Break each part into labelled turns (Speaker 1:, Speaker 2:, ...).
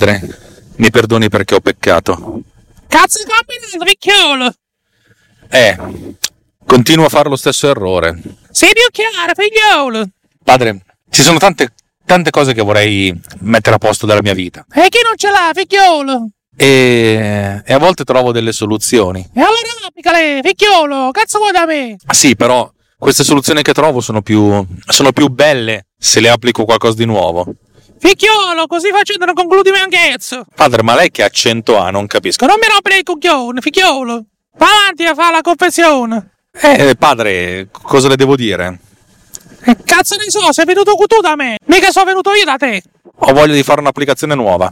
Speaker 1: Padre, mi perdoni perché ho peccato.
Speaker 2: Cazzo di combinato, vecchiolo!
Speaker 1: Eh, continuo a fare lo stesso errore.
Speaker 2: Sei più chiaro, figliolo!
Speaker 1: Padre, ci sono tante, tante cose che vorrei mettere a posto della mia vita.
Speaker 2: E chi non ce l'ha, figliolo?
Speaker 1: E, e a volte trovo delle soluzioni. Ah,
Speaker 2: E allora applicale, figliolo! Cazzo vuoi da me?
Speaker 1: Sì, però queste soluzioni che trovo sono più, sono più belle se le applico qualcosa di nuovo.
Speaker 2: Figliolo, così facendo non concludi mai anch'ezzo!
Speaker 1: Padre, ma lei che accento ha? Non capisco.
Speaker 2: Non mi rompere il cucchione, figliolo! Va avanti a fare la confessione!
Speaker 1: Eh, padre, cosa le devo dire?
Speaker 2: E Cazzo ne so, sei venuto tu da me! Mica sono venuto io da te!
Speaker 1: Ho voglia di fare un'applicazione nuova.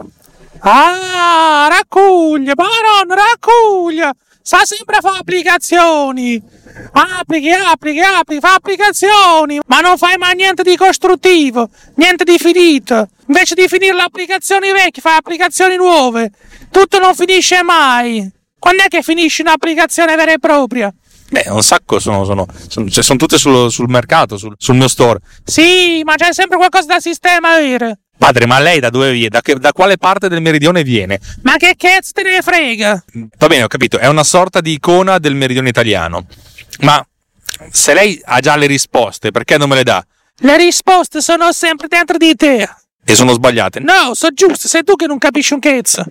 Speaker 2: Ah, raccoglie, baron, raccoglie. Sa sempre fa applicazioni. Applichi, applichi, applichi, fa applicazioni, ma non fai mai niente di costruttivo, niente di finito. Invece di finire le applicazioni vecchie, fai applicazioni nuove. Tutto non finisce mai. Quando è che finisce un'applicazione vera e propria?
Speaker 1: Beh, un sacco sono, sono, sono- cioè, sono tutte sul, sul mercato, sul, sul mio store.
Speaker 2: Sì, ma c'è sempre qualcosa da sistemare.
Speaker 1: Padre, ma lei da dove viene? Da, che- da quale parte del meridione viene?
Speaker 2: Ma che cazzo te ne frega?
Speaker 1: Va bene, ho capito, è una sorta di icona del meridione italiano. Ma se lei ha già le risposte, perché non me le dà?
Speaker 2: Le risposte sono sempre dentro di te.
Speaker 1: E sono sbagliate?
Speaker 2: No, so giusto, sei tu che non capisci un cazzo.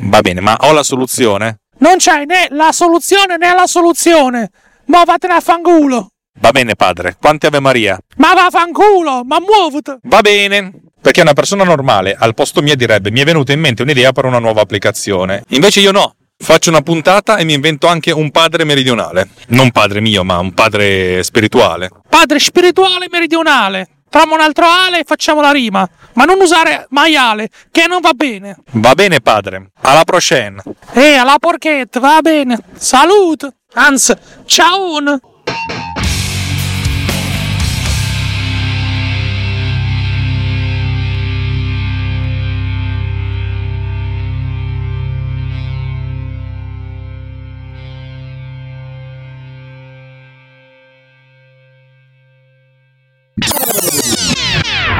Speaker 1: Va bene, ma ho la soluzione?
Speaker 2: Non c'hai né la soluzione né la soluzione. Ma vattene a fanculo.
Speaker 1: Va bene, padre. Quante Ave Maria?
Speaker 2: Ma va a fanculo, ma muoviti.
Speaker 1: Va bene. Perché una persona normale al posto mio direbbe mi è venuta in mente un'idea per una nuova applicazione. Invece io no. Faccio una puntata e mi invento anche un padre meridionale. Non padre mio, ma un padre spirituale.
Speaker 2: Padre spirituale meridionale. Tramo un altro ale e facciamo la rima. Ma non usare maiale, che non va bene.
Speaker 1: Va bene, padre. Alla prochaine.
Speaker 2: E alla porchetta, va bene. Salute. Anzi, ciao.